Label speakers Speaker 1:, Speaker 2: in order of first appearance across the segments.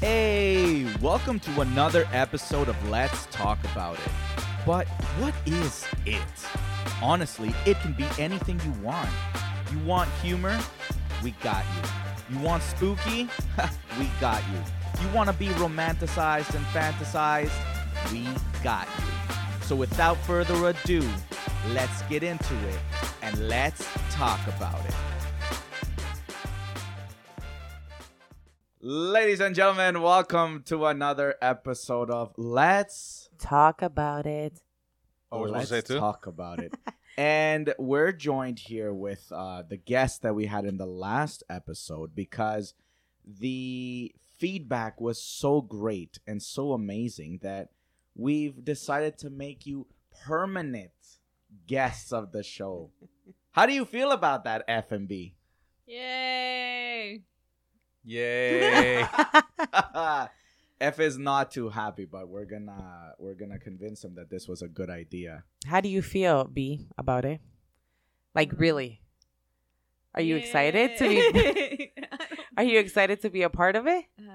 Speaker 1: Hey, welcome to another episode of Let's Talk About It. But what is it? Honestly, it can be anything you want. You want humor? We got you. You want spooky? we got you. You want to be romanticized and fantasized? We got you. So without further ado, let's get into it and let's talk about it. Ladies and gentlemen, welcome to another episode of Let's
Speaker 2: Talk about it.
Speaker 3: Oh, we're supposed
Speaker 1: Let's
Speaker 3: to say it too?
Speaker 1: talk about it. and we're joined here with uh, the guest that we had in the last episode because the feedback was so great and so amazing that we've decided to make you permanent guests of the show. How do you feel about that, FMB?
Speaker 4: Yay!
Speaker 3: Yay!
Speaker 1: F is not too happy, but we're gonna we're gonna convince him that this was a good idea.
Speaker 2: How do you feel, B, about it? Like really? Are you excited to be
Speaker 4: be?
Speaker 2: Are you excited to be a part of it?
Speaker 4: Uh,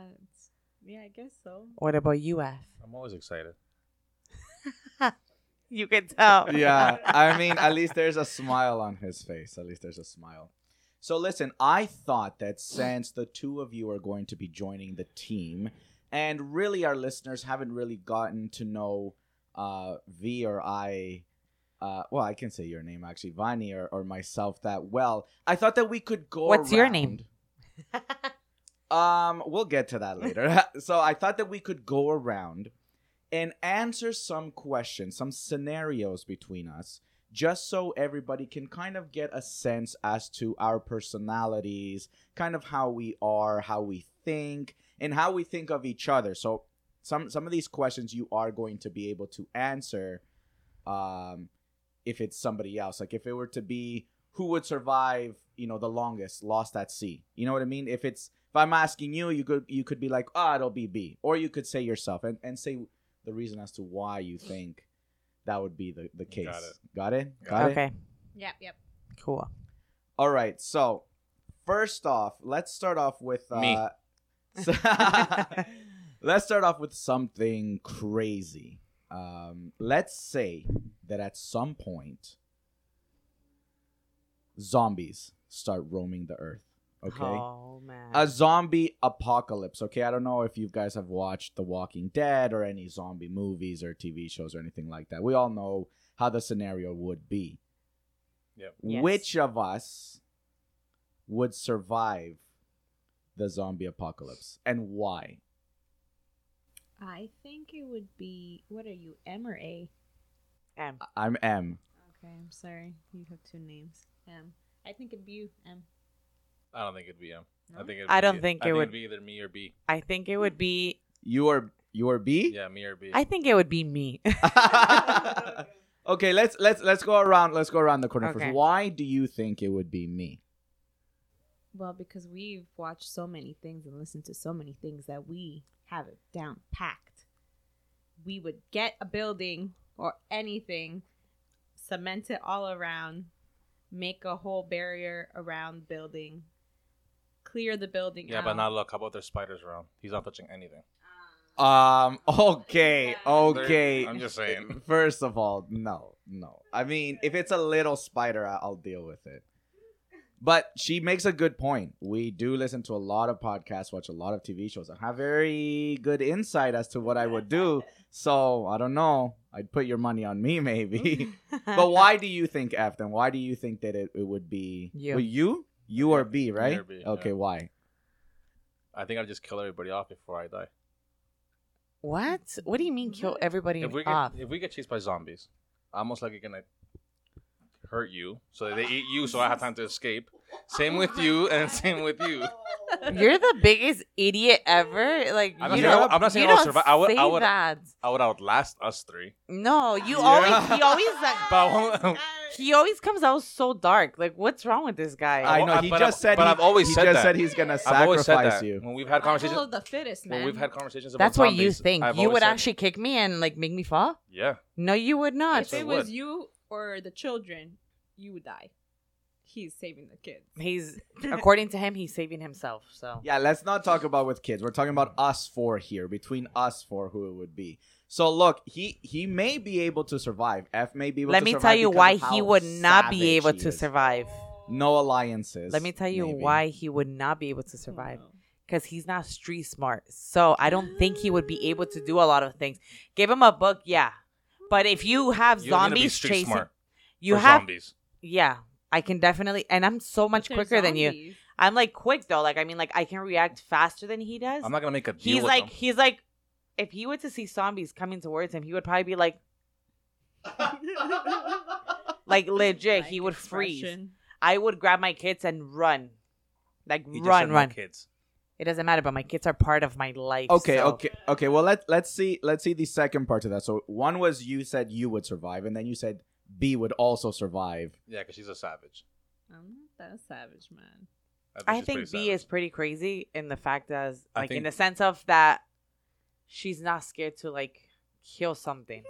Speaker 4: yeah, I guess so.
Speaker 2: What about you, F?
Speaker 3: I'm always excited.
Speaker 2: You can tell.
Speaker 1: yeah, I mean, at least there's a smile on his face. At least there's a smile. So listen, I thought that since the two of you are going to be joining the team, and really our listeners haven't really gotten to know uh, V or I, uh, well, I can say your name actually, Vani or, or myself that well. I thought that we could go.
Speaker 2: What's your name?
Speaker 1: around- Um, we'll get to that later. so I thought that we could go around and answer some questions, some scenarios between us, just so everybody can kind of get a sense as to our personalities, kind of how we are, how we think, and how we think of each other. So some some of these questions you are going to be able to answer um if it's somebody else. Like if it were to be who would survive, you know, the longest lost at sea. You know what I mean? If it's if I'm asking you, you could you could be like, "Ah, it'll be B." Or you could say yourself and and say the reason as to why you think that would be the, the case.
Speaker 3: Got it.
Speaker 1: Got it?
Speaker 3: Got
Speaker 1: Got it?
Speaker 2: Okay.
Speaker 4: Yep, yep.
Speaker 2: Cool.
Speaker 1: All right. So, first off, let's start off with uh,
Speaker 3: Me.
Speaker 1: let's start off with something crazy. Um, let's say that at some point, zombies start roaming the earth. Okay.
Speaker 2: Oh man.
Speaker 1: A zombie apocalypse. Okay, I don't know if you guys have watched The Walking Dead or any zombie movies or TV shows or anything like that. We all know how the scenario would be.
Speaker 3: Yep.
Speaker 2: Yes.
Speaker 1: Which of us would survive the zombie apocalypse and why?
Speaker 4: I think it would be. What are you, M or A?
Speaker 2: M.
Speaker 1: I'm M.
Speaker 4: Okay, I'm sorry. You have two names. M. I think it'd be you, M.
Speaker 3: I don't think it'd be him. I
Speaker 4: No?
Speaker 3: think. It'd
Speaker 2: I
Speaker 3: be
Speaker 2: don't
Speaker 3: it-
Speaker 2: think
Speaker 3: I
Speaker 2: it would-
Speaker 3: it'd be either me or B.
Speaker 2: I think it would be
Speaker 1: You are you are B?
Speaker 3: Yeah, me or B.
Speaker 2: I think it would be me.
Speaker 1: okay, let's let's let's go around let's go around the corner
Speaker 2: Okay.
Speaker 1: first. Why do you think it would be me?
Speaker 4: Well, because we've watched so many things and listened to so many things that we have it down packed. We would get a building or anything, cement it all around, make a whole barrier around building, clear the building.
Speaker 3: yeah,
Speaker 4: out.
Speaker 3: but now look. How about there's spiders around? He's not touching anything.
Speaker 1: Um. Okay.
Speaker 3: They're-
Speaker 1: Okay.
Speaker 3: I'm just saying.
Speaker 1: First of all, no, no. I mean, if it's a little spider, I- I'll deal with it. But she makes a good point. We do listen to a lot of podcasts, watch a lot of TV shows, and have very good insight as to what I would do. So I don't know. I'd put your money on me, maybe. but why do you think F? Then why do you think that it, it would be
Speaker 2: You.
Speaker 1: Well, you, you or B, right?
Speaker 3: or B, yeah.
Speaker 1: okay, why?
Speaker 3: I think I'd just kill everybody off before I die.
Speaker 2: What? What do you mean kill everybody
Speaker 3: If we get
Speaker 2: off?
Speaker 3: if we get chased by zombies, I'm most likely gonna hurt you so that they eat you, so I have time to escape. Same with you, and same with you.
Speaker 2: You're the biggest idiot ever. Like
Speaker 3: I'm not
Speaker 2: you
Speaker 3: saying I
Speaker 2: don't,
Speaker 3: would- I'm not
Speaker 2: you
Speaker 3: saying I would
Speaker 2: don't
Speaker 3: survive. I would-
Speaker 2: say
Speaker 3: I would-
Speaker 2: that.
Speaker 3: I would outlast us three.
Speaker 2: No, you
Speaker 1: Yeah.
Speaker 2: always he always uh,
Speaker 3: But I won't-
Speaker 2: he always comes out so dark. Like what's wrong with this guy?
Speaker 1: I
Speaker 3: well,
Speaker 1: know
Speaker 3: I-
Speaker 1: he
Speaker 3: but
Speaker 1: just
Speaker 3: I've-
Speaker 1: said.
Speaker 3: but
Speaker 1: he-
Speaker 3: I've always
Speaker 1: he
Speaker 3: said
Speaker 1: just
Speaker 3: that.
Speaker 1: said he's gonna
Speaker 3: I've always said
Speaker 1: sacrifice
Speaker 3: that
Speaker 1: you.
Speaker 3: when we've had
Speaker 4: Conversation.
Speaker 3: conversations.
Speaker 4: of the fittest, man.
Speaker 3: When we've had conversations about
Speaker 2: That's what you
Speaker 3: zombies,
Speaker 2: think.
Speaker 3: I've
Speaker 2: you
Speaker 3: always
Speaker 2: would
Speaker 3: said-
Speaker 2: actually kick me and like make me fall?
Speaker 3: Yeah.
Speaker 2: No, you would not.
Speaker 4: if it
Speaker 3: I
Speaker 4: was
Speaker 3: would.
Speaker 4: you or the children, you would die. he's saving the kids. Oh,
Speaker 2: He's according to him, he's saving himself. So
Speaker 1: Yeah, let's not talk about with kids. We're talking about us four here, between us four, who it would be. So look, he he may be able to survive. F may be able
Speaker 2: let
Speaker 1: to
Speaker 2: me
Speaker 1: survive
Speaker 2: tell you
Speaker 1: because
Speaker 2: why
Speaker 1: of
Speaker 2: he
Speaker 1: how
Speaker 2: would not
Speaker 1: savage
Speaker 2: be able
Speaker 1: he
Speaker 2: to
Speaker 1: is.
Speaker 2: survive.
Speaker 1: No alliances.
Speaker 2: Let me tell you
Speaker 1: maybe.
Speaker 2: why he would not be able to survive. because he's not street smart. So I don't think he would be able to do a lot of things. Give him a book, yeah. But if you have
Speaker 3: You don't need to be
Speaker 2: zombies
Speaker 3: street
Speaker 2: chasing,
Speaker 3: smart
Speaker 2: you
Speaker 3: for
Speaker 2: have
Speaker 3: zombies.
Speaker 2: yeah. I can definitely, and I'm so much quicker than you. I'm like quick though. Like I mean, like I can react faster than he does.
Speaker 3: I'm not gonna make a deal
Speaker 2: he's
Speaker 3: with
Speaker 2: like
Speaker 3: them.
Speaker 2: he's like, if he were to see zombies coming towards him, he would probably be like, like legit, he would freeze. I would grab my kids and run, like
Speaker 3: He just said
Speaker 2: run,
Speaker 3: no
Speaker 2: run.
Speaker 3: Kids.
Speaker 2: It doesn't matter, but my kids are part of my life.
Speaker 1: Okay,
Speaker 2: so-
Speaker 1: okay, okay. Well, let let's see let's see the second part to that. So one was you said you would survive, and then you said B would also survive.
Speaker 3: Yeah, because she's a savage.
Speaker 4: I'm not that savage, man.
Speaker 2: I
Speaker 3: she's
Speaker 2: think
Speaker 3: pretty
Speaker 2: B
Speaker 3: savage.
Speaker 2: is pretty crazy in the fact that,
Speaker 3: I
Speaker 2: like, in
Speaker 3: think-
Speaker 2: the sense of that she's not scared to like kill something.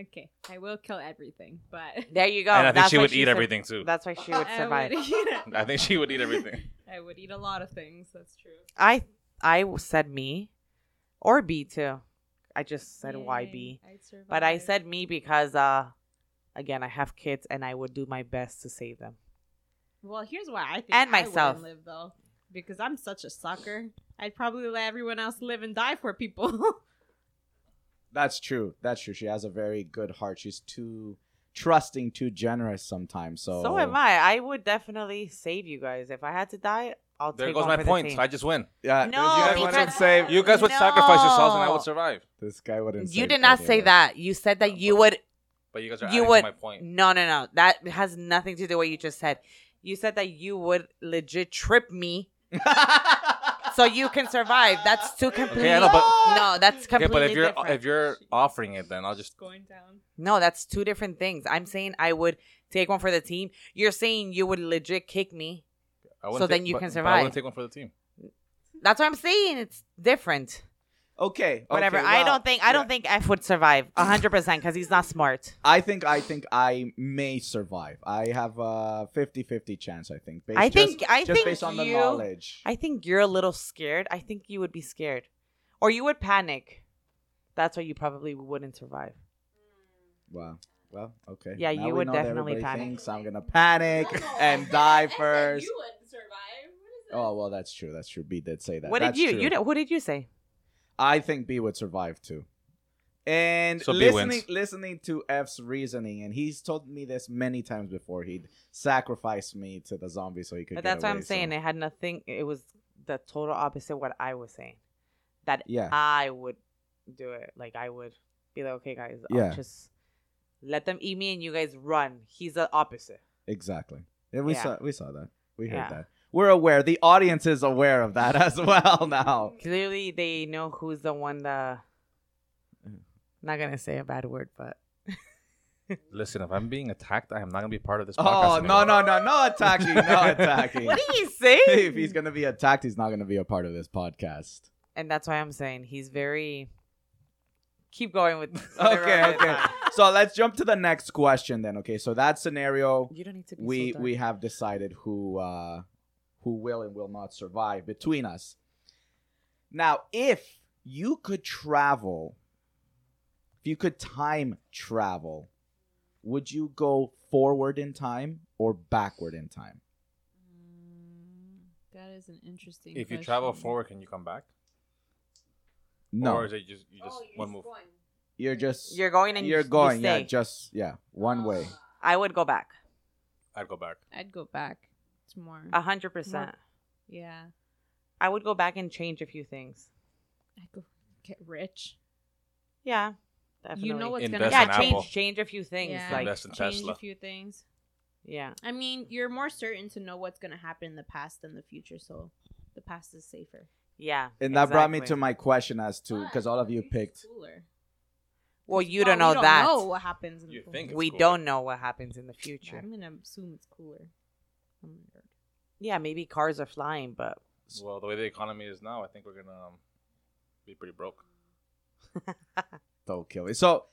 Speaker 4: Okay, I will kill everything, but
Speaker 2: There you go.
Speaker 3: and I
Speaker 2: Oh,
Speaker 3: think
Speaker 2: That's
Speaker 3: she
Speaker 2: why
Speaker 3: would eat
Speaker 2: sur-
Speaker 3: everything too.
Speaker 2: That's why she would survive.
Speaker 4: I would, eat-
Speaker 3: I think she would eat everything.
Speaker 4: I would eat a lot of things. That's true.
Speaker 2: I I said me or B too. I just said why
Speaker 4: Yay,
Speaker 2: B,
Speaker 4: I'd survive.
Speaker 2: but I said me because uh, again, I have kids and I would do my best to save them.
Speaker 4: Well, here's why I think
Speaker 2: And
Speaker 4: I
Speaker 2: myself.
Speaker 4: wouldn't live though, because I'm such a sucker. I'd probably let everyone else live and die for people.
Speaker 1: That's true. That's true. She has a very good heart. She's too trusting, too generous sometimes. So
Speaker 2: So am I. I would definitely save you guys if I had to die. I'll
Speaker 3: there
Speaker 2: take
Speaker 3: goes
Speaker 2: one
Speaker 3: my
Speaker 2: for the
Speaker 3: points.
Speaker 2: team.
Speaker 3: I just win.
Speaker 1: Yeah,
Speaker 2: No,
Speaker 3: Oh,
Speaker 1: you guys
Speaker 3: because-
Speaker 1: would save.
Speaker 3: You guys would sacrifice yourselves, and I
Speaker 2: No.
Speaker 3: would survive.
Speaker 1: This guy wouldn't.
Speaker 2: You
Speaker 1: save
Speaker 2: did not
Speaker 1: either
Speaker 2: say
Speaker 1: way.
Speaker 2: that. You said that you would
Speaker 3: But you guys are
Speaker 2: You
Speaker 3: adding to
Speaker 2: would-
Speaker 3: my point.
Speaker 2: No, no, no. That has nothing to do with what you just said. You said that you would legit trip me so you can survive. That's too complete.
Speaker 3: Okay, I know, but-
Speaker 2: no, that's
Speaker 3: Okay,
Speaker 2: completely
Speaker 3: but if you're
Speaker 2: different.
Speaker 3: if you're offering it, then I'll just.
Speaker 4: going down.
Speaker 2: no, that's two different things. I'm saying I would take one for the team. You're saying you would legit kick me.
Speaker 3: I wouldn't
Speaker 2: So
Speaker 3: take-
Speaker 2: then you
Speaker 3: but-
Speaker 2: can
Speaker 3: but I
Speaker 2: survive.
Speaker 3: wouldn't take one for the team.
Speaker 2: That's what I'm saying. It's different.
Speaker 1: Okay. okay,
Speaker 2: Whatever. I
Speaker 1: well,
Speaker 2: don't think I don't
Speaker 1: yeah.
Speaker 2: think F would survive 100 percent because he's not smart.
Speaker 1: I think I think I may survive. I have a 50-50 chance. I think. Based,
Speaker 2: I
Speaker 1: just-
Speaker 2: think I
Speaker 1: just
Speaker 2: think
Speaker 1: based on the
Speaker 2: you-
Speaker 1: knowledge.
Speaker 2: I think you're a little scared. I think you would be scared. Or you would panic. That's why you probably wouldn't survive.
Speaker 1: Wow. Well, okay.
Speaker 2: Yeah,
Speaker 1: Now
Speaker 2: you
Speaker 1: we
Speaker 2: would
Speaker 1: know that
Speaker 2: definitely
Speaker 1: everybody
Speaker 2: panic.
Speaker 1: Thinks I'm gonna panic and die first.
Speaker 4: You would survive.
Speaker 1: Oh well, that's true. That's true. B did say that.
Speaker 2: what
Speaker 1: That's
Speaker 2: did you
Speaker 1: true.
Speaker 2: you did, what did you say?
Speaker 1: I think B would survive too. And
Speaker 3: So B
Speaker 1: listening
Speaker 3: wins.
Speaker 1: listening to F's reasoning, and he's told me this many times before. He'd sacrifice me to the zombie so he could.
Speaker 2: But
Speaker 1: get
Speaker 2: that's what
Speaker 1: away,
Speaker 2: I'm saying.
Speaker 1: So.
Speaker 2: It had nothing it was the total opposite what I was saying. That
Speaker 1: Yeah.
Speaker 2: I would do it. Like I would be like, okay guys,
Speaker 1: Yeah.
Speaker 2: I'll just let them eat me and you guys run. He's the opposite.
Speaker 1: Exactly. Yeah, we
Speaker 2: Yeah.
Speaker 1: saw we saw that. We heard
Speaker 2: Yeah.
Speaker 1: that. We're aware. The audience is aware of that as well now.
Speaker 2: Clearly they know who's the one that
Speaker 1: Mm.
Speaker 2: not gonna say a bad word, but
Speaker 3: Listen, if I'm being attacked, I am not gonna be part of this.
Speaker 1: Oh
Speaker 3: podcast
Speaker 1: no
Speaker 3: anymore.
Speaker 1: no no no attacking no attacking.
Speaker 2: what do you say?
Speaker 1: if he's gonna be attacked, he's not gonna be a part of this podcast.
Speaker 2: and that's why I'm saying he's very. Keep going with. whatever
Speaker 1: Okay,
Speaker 2: I'm
Speaker 1: okay.
Speaker 2: saying.
Speaker 1: So let's jump to the next question then. Okay, so that scenario
Speaker 2: You don't need to be.
Speaker 1: we
Speaker 2: so dark.
Speaker 1: we have decided who uh who will and will not survive between us now if you could travel if you could time travel would you go forward in time or backward in time
Speaker 4: Mm, That is an interesting.
Speaker 3: If you travel forward, can you come back?
Speaker 1: no
Speaker 3: Or is it just you just
Speaker 2: Oh,
Speaker 4: Oh,
Speaker 3: one move?
Speaker 1: you're just
Speaker 2: You're going and
Speaker 1: you're
Speaker 2: you
Speaker 1: going yeah
Speaker 2: stay.
Speaker 1: just yeah one way
Speaker 2: I would go back.
Speaker 3: I'd go back.
Speaker 4: I'd go back. It's more.
Speaker 2: A hundred percent.
Speaker 4: yeah,
Speaker 2: I would go back and change a few things.
Speaker 4: I'd go get rich.
Speaker 2: Yeah. Definitely.
Speaker 4: You know what's gonna
Speaker 3: Invest
Speaker 2: Yeah,
Speaker 3: in
Speaker 4: happen.
Speaker 2: change
Speaker 3: Apple.
Speaker 2: change a few things.
Speaker 4: Yeah.
Speaker 2: Like
Speaker 3: Invest in
Speaker 4: change
Speaker 3: Tesla.
Speaker 4: a few things.
Speaker 2: yeah.
Speaker 4: I mean, you're more certain to know what's going to happen in the past than the future, so the past is safer.
Speaker 2: Yeah.
Speaker 1: and that brought me to
Speaker 2: exactly.
Speaker 1: my question as to because all of you picked
Speaker 2: Well, you
Speaker 4: Well,
Speaker 2: don't know
Speaker 4: we don't
Speaker 2: that.
Speaker 4: know what happens. In
Speaker 3: You
Speaker 4: the
Speaker 3: think
Speaker 4: future.
Speaker 3: it's
Speaker 2: we
Speaker 3: cool.
Speaker 2: don't know what happens in the future.
Speaker 4: I'm going to assume it's cooler. I'm a nerd.
Speaker 2: Yeah, maybe cars are flying, but
Speaker 3: Well, the way the economy is now, I think we're gonna um, be pretty broke.
Speaker 1: don't kill it so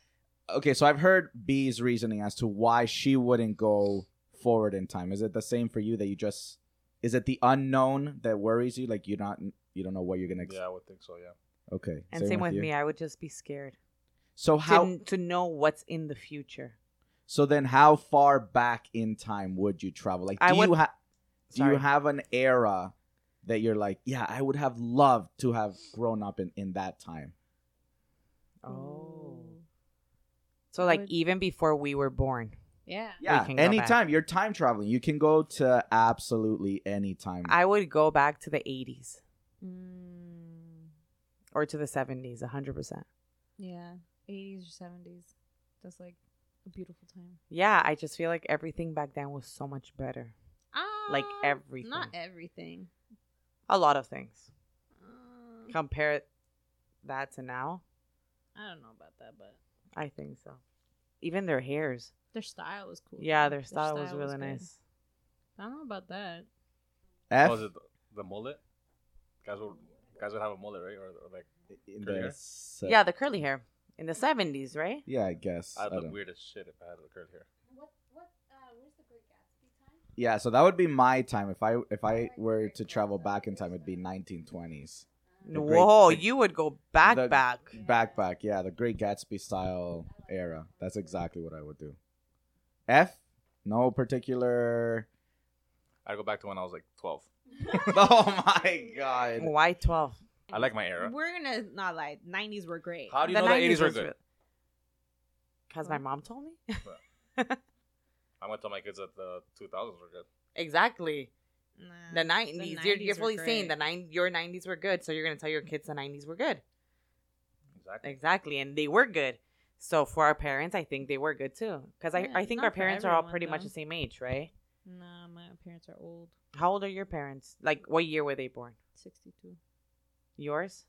Speaker 1: okay so i've heard b's reasoning as to why she wouldn't go forward in time? Is it the same for you that you just is it the unknown that worries you? Like you're not you don't know what you're gonna ex-
Speaker 3: Yeah, I would think so. Yeah.
Speaker 1: okay.
Speaker 2: And same, with
Speaker 1: you.
Speaker 2: me, I would just be scared
Speaker 1: So how
Speaker 2: to, to know what's in the future.
Speaker 1: so then how far back in time would you travel? Like do
Speaker 2: I
Speaker 1: you
Speaker 2: would-
Speaker 1: have do you
Speaker 2: Sorry.
Speaker 1: have an era that you're like, yeah, I would have loved to have grown up in, in that time.
Speaker 2: Oh,
Speaker 4: Ooh.
Speaker 2: so like
Speaker 4: would-
Speaker 2: even before we were born,
Speaker 4: Yeah.
Speaker 1: Yeah,
Speaker 2: can go back.
Speaker 1: anytime. You're time traveling. You can go to absolutely any time.
Speaker 2: I would go back to the '80s
Speaker 4: Mm,
Speaker 2: or to the '70s, 100. percent
Speaker 4: yeah. 80s or 70s. That's like a beautiful time.
Speaker 2: Yeah, I just feel like everything back then was so much better. Like
Speaker 4: Um,
Speaker 2: everything.
Speaker 4: Not everything.
Speaker 2: A lot of things.
Speaker 4: Um,
Speaker 2: Compare that to now,
Speaker 4: I don't know about that, but
Speaker 2: I think so. Even their hairs.
Speaker 4: their style was cool.
Speaker 2: Yeah,
Speaker 4: though.
Speaker 2: their style, was really
Speaker 4: good.
Speaker 2: nice.
Speaker 4: I don't know about that.
Speaker 1: F
Speaker 3: Oh, is it the, the mullet? Guys would guys would have a mullet, right? Or, or like
Speaker 1: in
Speaker 3: Curly
Speaker 1: the
Speaker 3: hair?
Speaker 1: se-
Speaker 2: yeah, the curly hair in the '70s, right?
Speaker 1: yeah, I guess. I
Speaker 3: I'd look
Speaker 1: don't-
Speaker 3: weird as shit if I had a curly hair.
Speaker 4: uh,
Speaker 1: Yeah, so that would be my time if I if I were to travel back in time, it'd be 1920s. The great-
Speaker 2: Whoa,
Speaker 1: the-
Speaker 2: you would go back,
Speaker 1: the-
Speaker 2: back.
Speaker 1: Backpack, yeah, the Great Gatsby style era. That's exactly what I would do. F, no particular.
Speaker 3: I'd go back to when I was like 12.
Speaker 1: oh my god!
Speaker 2: Why 12?
Speaker 3: I like my era.
Speaker 4: We're gonna not lie. 90s were great.
Speaker 3: How do you know the 80s were good?
Speaker 2: Because my mom told me.
Speaker 3: I'm gonna tell my kids that the 2000s were good.
Speaker 2: Exactly.
Speaker 4: Nah,
Speaker 2: The 90s. you're you're
Speaker 4: 90s were
Speaker 2: fully saying
Speaker 4: great.
Speaker 2: the nine, your 90s were good. So you're going to tell your kids the 90s were good.
Speaker 3: Exactly.
Speaker 2: Exactly. And they were good. So for our parents, I think they were good too. Because
Speaker 4: Yeah,
Speaker 2: I, I think
Speaker 4: not
Speaker 2: our
Speaker 4: for
Speaker 2: parents are all
Speaker 4: everyone,
Speaker 2: pretty much
Speaker 4: though.
Speaker 2: the same age, right?
Speaker 4: Nah, my parents are old.
Speaker 2: How old are your parents? Like, what year were they born?
Speaker 4: 62.
Speaker 2: Yours?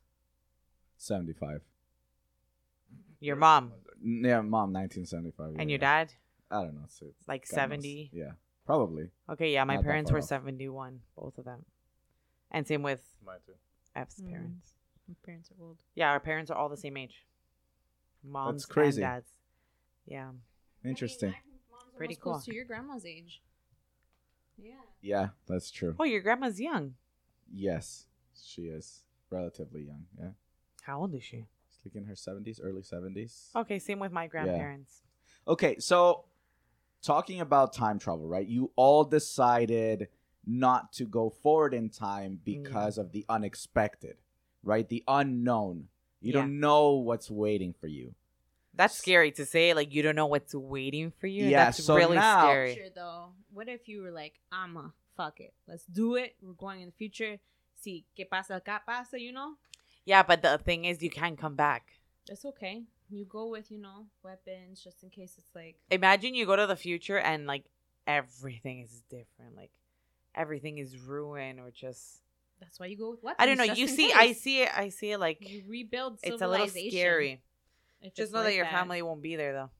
Speaker 1: 75.
Speaker 2: Your mom?
Speaker 1: N- Yeah, mom, 1975.
Speaker 2: And
Speaker 1: yeah.
Speaker 2: your dad?
Speaker 1: I don't know. So it's
Speaker 2: Like
Speaker 1: God knows.
Speaker 2: 70?
Speaker 1: Yeah, probably.
Speaker 2: Okay, yeah, my
Speaker 1: Not that
Speaker 2: parents
Speaker 1: far
Speaker 2: were
Speaker 1: off.
Speaker 2: 71, both of them. And same with
Speaker 3: Mine too.
Speaker 2: F's
Speaker 4: Mhm.
Speaker 2: parents.
Speaker 4: My parents are old.
Speaker 2: Yeah, our parents are all the same age. Moms
Speaker 1: crazy.
Speaker 2: and dads. Yeah.
Speaker 1: Interesting.
Speaker 2: Pretty
Speaker 4: Almost close
Speaker 2: cool.
Speaker 4: to your grandma's age. Yeah.
Speaker 1: Yeah, that's true.
Speaker 2: Oh, your grandma's young.
Speaker 1: Yes, she is relatively young. Yeah,
Speaker 2: How old is she?
Speaker 1: she's like in her 70s, early 70s.
Speaker 2: Okay, same with my grandparents.
Speaker 1: Okay, so talking about time travel, right? You all decided not to go forward in
Speaker 2: Mm.
Speaker 1: time because of the unexpected, right? The unknown. You
Speaker 2: Yeah.
Speaker 1: don't know what's waiting for you.
Speaker 2: That's scary to say. Like, you don't know what's waiting for you.
Speaker 1: Yeah,
Speaker 2: That's
Speaker 1: so
Speaker 2: really
Speaker 1: now-
Speaker 2: Oh. scary.
Speaker 4: Future though. What if you were like, I'ma fuck it. Let's do it. We're going in the future. See que pasa acá pasa, you know?
Speaker 2: Yeah, but the thing is, you can't come back.
Speaker 4: It's okay. You go with, you know, weapons just in case it's like
Speaker 2: Imagine you go to the future and, like, everything is different. Like, everything is ruined or just.
Speaker 4: that's why you go with weapons.
Speaker 2: I don't know.
Speaker 4: just
Speaker 2: You
Speaker 4: in
Speaker 2: see,
Speaker 4: case.
Speaker 2: I see it. I see it like.
Speaker 4: you rebuild
Speaker 2: It's a little
Speaker 4: Mm-hmm. civilization
Speaker 2: scary.
Speaker 4: if
Speaker 2: Just
Speaker 4: it's
Speaker 2: know that
Speaker 4: like
Speaker 2: your family won't be there, though.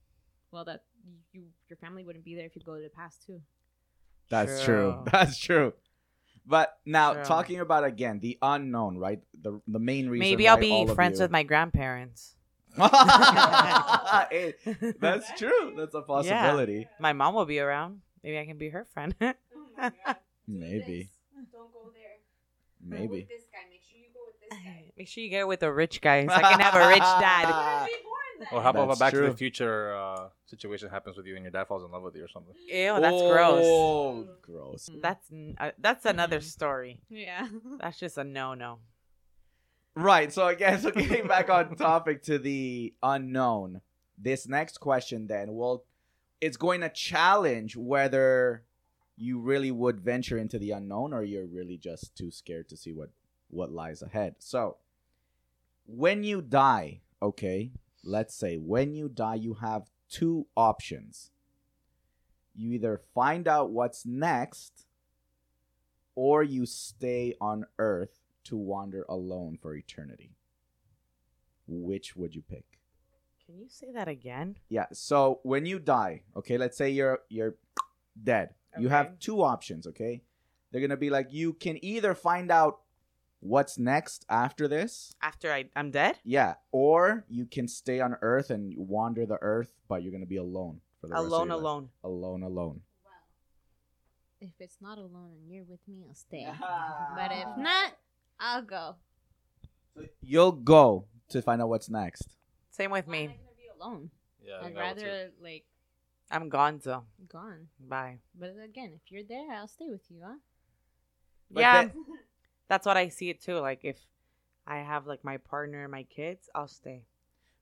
Speaker 4: Well that you your family wouldn't be there if you go to the past too.
Speaker 1: That's true. That's true. But now
Speaker 2: True.
Speaker 1: talking about again the unknown, right? The the main reason.
Speaker 2: Maybe
Speaker 1: why
Speaker 2: I'll
Speaker 1: all
Speaker 2: be
Speaker 1: of
Speaker 2: friends
Speaker 1: you-
Speaker 2: with my grandparents.
Speaker 1: Eh, that's true. That's a possibility.
Speaker 2: My mom will be around. Maybe I can be her friend.
Speaker 5: Oh
Speaker 1: Maybe.
Speaker 5: Don't go there. Go
Speaker 1: Maybe.
Speaker 5: with this guy. Make sure you go with this guy.
Speaker 2: Make sure you get with a rich guy so I can have a rich dad.
Speaker 1: Ah.
Speaker 5: Be born then.
Speaker 3: Or how about a
Speaker 1: That's
Speaker 3: Back to
Speaker 1: true.
Speaker 3: the Future uh, situation happens with you and your dad falls in love with you or something?
Speaker 2: Ew, that's gross.
Speaker 1: Oh, gross.
Speaker 2: That's n- uh, that's another story.
Speaker 4: Yeah.
Speaker 2: That's just a no no.
Speaker 1: Right. So again, so getting back on topic to the unknown. This next question then will it's going to challenge whether you really would venture into the unknown or you're really just too scared to see what what lies ahead. So, when you die, okay? Let's say when you die you have two options. You either find out what's next or you stay on earth to wander alone for eternity. Which would you pick?
Speaker 2: Can you say that again?
Speaker 1: Yeah, so when you die, okay, let's say you're you're dead. You
Speaker 2: Okay.
Speaker 1: have two options, okay? They're going to be like you can either find out what's next after this.
Speaker 2: After I I'm dead?
Speaker 1: Yeah, or you can stay on earth and wander the earth, but you're going to be alone for the rest of
Speaker 2: Alone
Speaker 1: your life.
Speaker 2: alone.
Speaker 1: Alone alone.
Speaker 4: if it's not alone and you're with me, I'll stay. But if not, I'll go.
Speaker 1: You'll go to find out what's next.
Speaker 2: Same with
Speaker 4: Why am
Speaker 2: me.
Speaker 4: I gonna be alone?
Speaker 3: Yeah, I
Speaker 4: I'd
Speaker 3: think I would too.
Speaker 4: rather like
Speaker 2: I'm Gonzo.
Speaker 4: gone.
Speaker 2: Bye.
Speaker 4: But again, if you're there, I'll stay with you, huh?
Speaker 1: But
Speaker 2: yeah,
Speaker 1: then-
Speaker 2: that's what I see it too. Like if I have like my partner and my kids, I'll stay.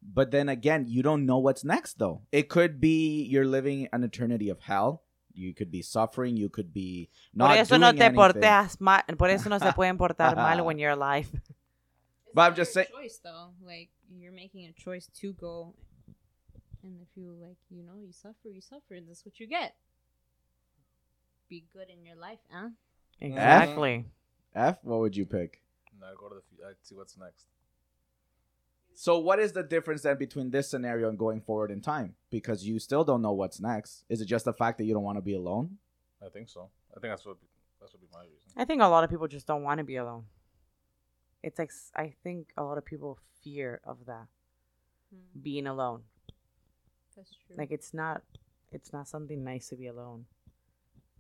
Speaker 1: But then again, you don't know what's next though. It could be you're living an eternity of hell. You could be suffering. You could be not
Speaker 2: por eso
Speaker 1: doing
Speaker 2: no te
Speaker 1: anything.
Speaker 2: portas mal. Por eso no se pueden portar mal when you're alive.
Speaker 4: It's
Speaker 1: But I'm
Speaker 4: not
Speaker 1: just
Speaker 4: your
Speaker 1: say-
Speaker 4: Choice though, like you're making a choice to go, and if you like, you know, you suffer, you suffer, and that's what you get. Be good in your life, huh?
Speaker 2: Exactly.
Speaker 1: F. What would you pick?
Speaker 3: No, go to the. fu- I see what's next.
Speaker 1: So what is the difference then between this scenario and going forward in time? Because you still don't know what's next. Is it just the fact that you don't want to be alone?
Speaker 3: I think so. I think that's what. That's would be my reason.
Speaker 2: I think a lot of people just don't want to be alone. It's like s- I think a lot of people fear of that being alone.
Speaker 4: Hmm. That's true.
Speaker 2: Like it's not, it's not something nice to be alone.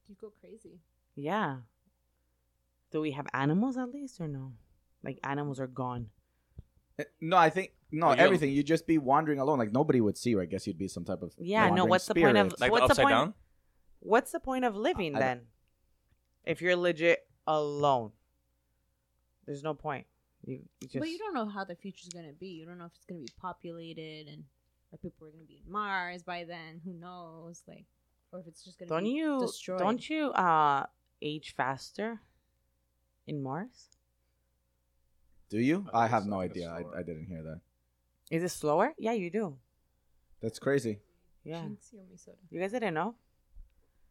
Speaker 4: you go crazy.
Speaker 2: Yeah. Do we have animals at least or no? Like animals are gone.
Speaker 1: Eh, No, I think no.
Speaker 3: Well, you-
Speaker 1: everything you'd just be wandering alone. Like nobody would see you. I guess you'd be some type of
Speaker 2: Yeah, no,
Speaker 1: wandering
Speaker 2: what's the point of-
Speaker 1: spirit.
Speaker 3: Like
Speaker 2: what's the
Speaker 3: the upside
Speaker 2: point?
Speaker 3: down.
Speaker 2: What's the point of living
Speaker 1: I- I
Speaker 2: then? If you're legit alone, there's no point. You, you just
Speaker 4: But you don't know how the future's gonna be. You don't know if it's gonna be populated and if people are gonna be in Mars by then. Who knows? Like, or if it's just gonna
Speaker 2: don't
Speaker 4: be
Speaker 2: you
Speaker 4: destroyed.
Speaker 2: don't you uh age faster in Mars?
Speaker 1: Do you?
Speaker 3: I
Speaker 1: I,
Speaker 3: think
Speaker 1: have
Speaker 3: so.
Speaker 1: no
Speaker 3: I think
Speaker 1: idea.
Speaker 3: it's slower.
Speaker 1: I, I didn't hear that.
Speaker 2: Is it slower? Yeah, you do.
Speaker 1: That's crazy.
Speaker 2: Yeah.
Speaker 4: Jinx your Minnesota.
Speaker 2: You guys didn't know?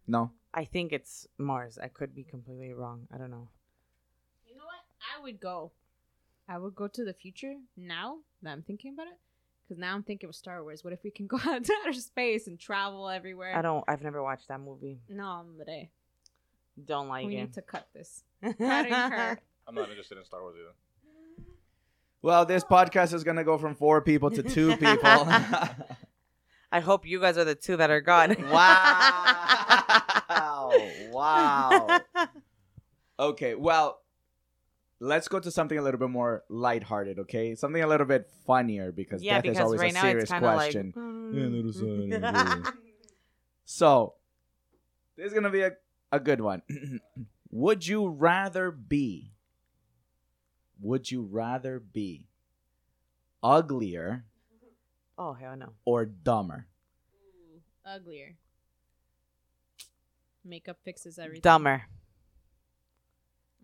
Speaker 1: No.
Speaker 2: I think it's Mars. I could be completely wrong. I don't know.
Speaker 4: You know what? I would go. I would go to the future now that I'm thinking about it. Because now I'm thinking of Star Wars. What if we can go out to outer space and travel everywhere?
Speaker 2: I don't I've never watched that movie.
Speaker 4: No, I'm today.
Speaker 2: Don't like
Speaker 4: We
Speaker 2: it.
Speaker 4: need to cut this. Cutting her.
Speaker 3: I'm not interested in Star Wars either.
Speaker 1: Well, this podcast is gonna go from four people to two people.
Speaker 2: I hope you guys are the two that are gone.
Speaker 1: wow! Wow! Okay, well, let's go to something a little bit more lighthearted. Okay, something a little bit funnier because
Speaker 2: yeah,
Speaker 1: death
Speaker 2: because
Speaker 1: is always
Speaker 2: right
Speaker 1: a
Speaker 2: now
Speaker 1: serious
Speaker 2: it's kind of like. mm.
Speaker 1: question.
Speaker 2: Yeah,
Speaker 1: little So, this is gonna be a, a good one. would you rather be? Would you rather be uglier
Speaker 2: oh hell no!
Speaker 1: or dumber?
Speaker 4: Ooh, uglier. Makeup fixes everything.
Speaker 2: Dumber,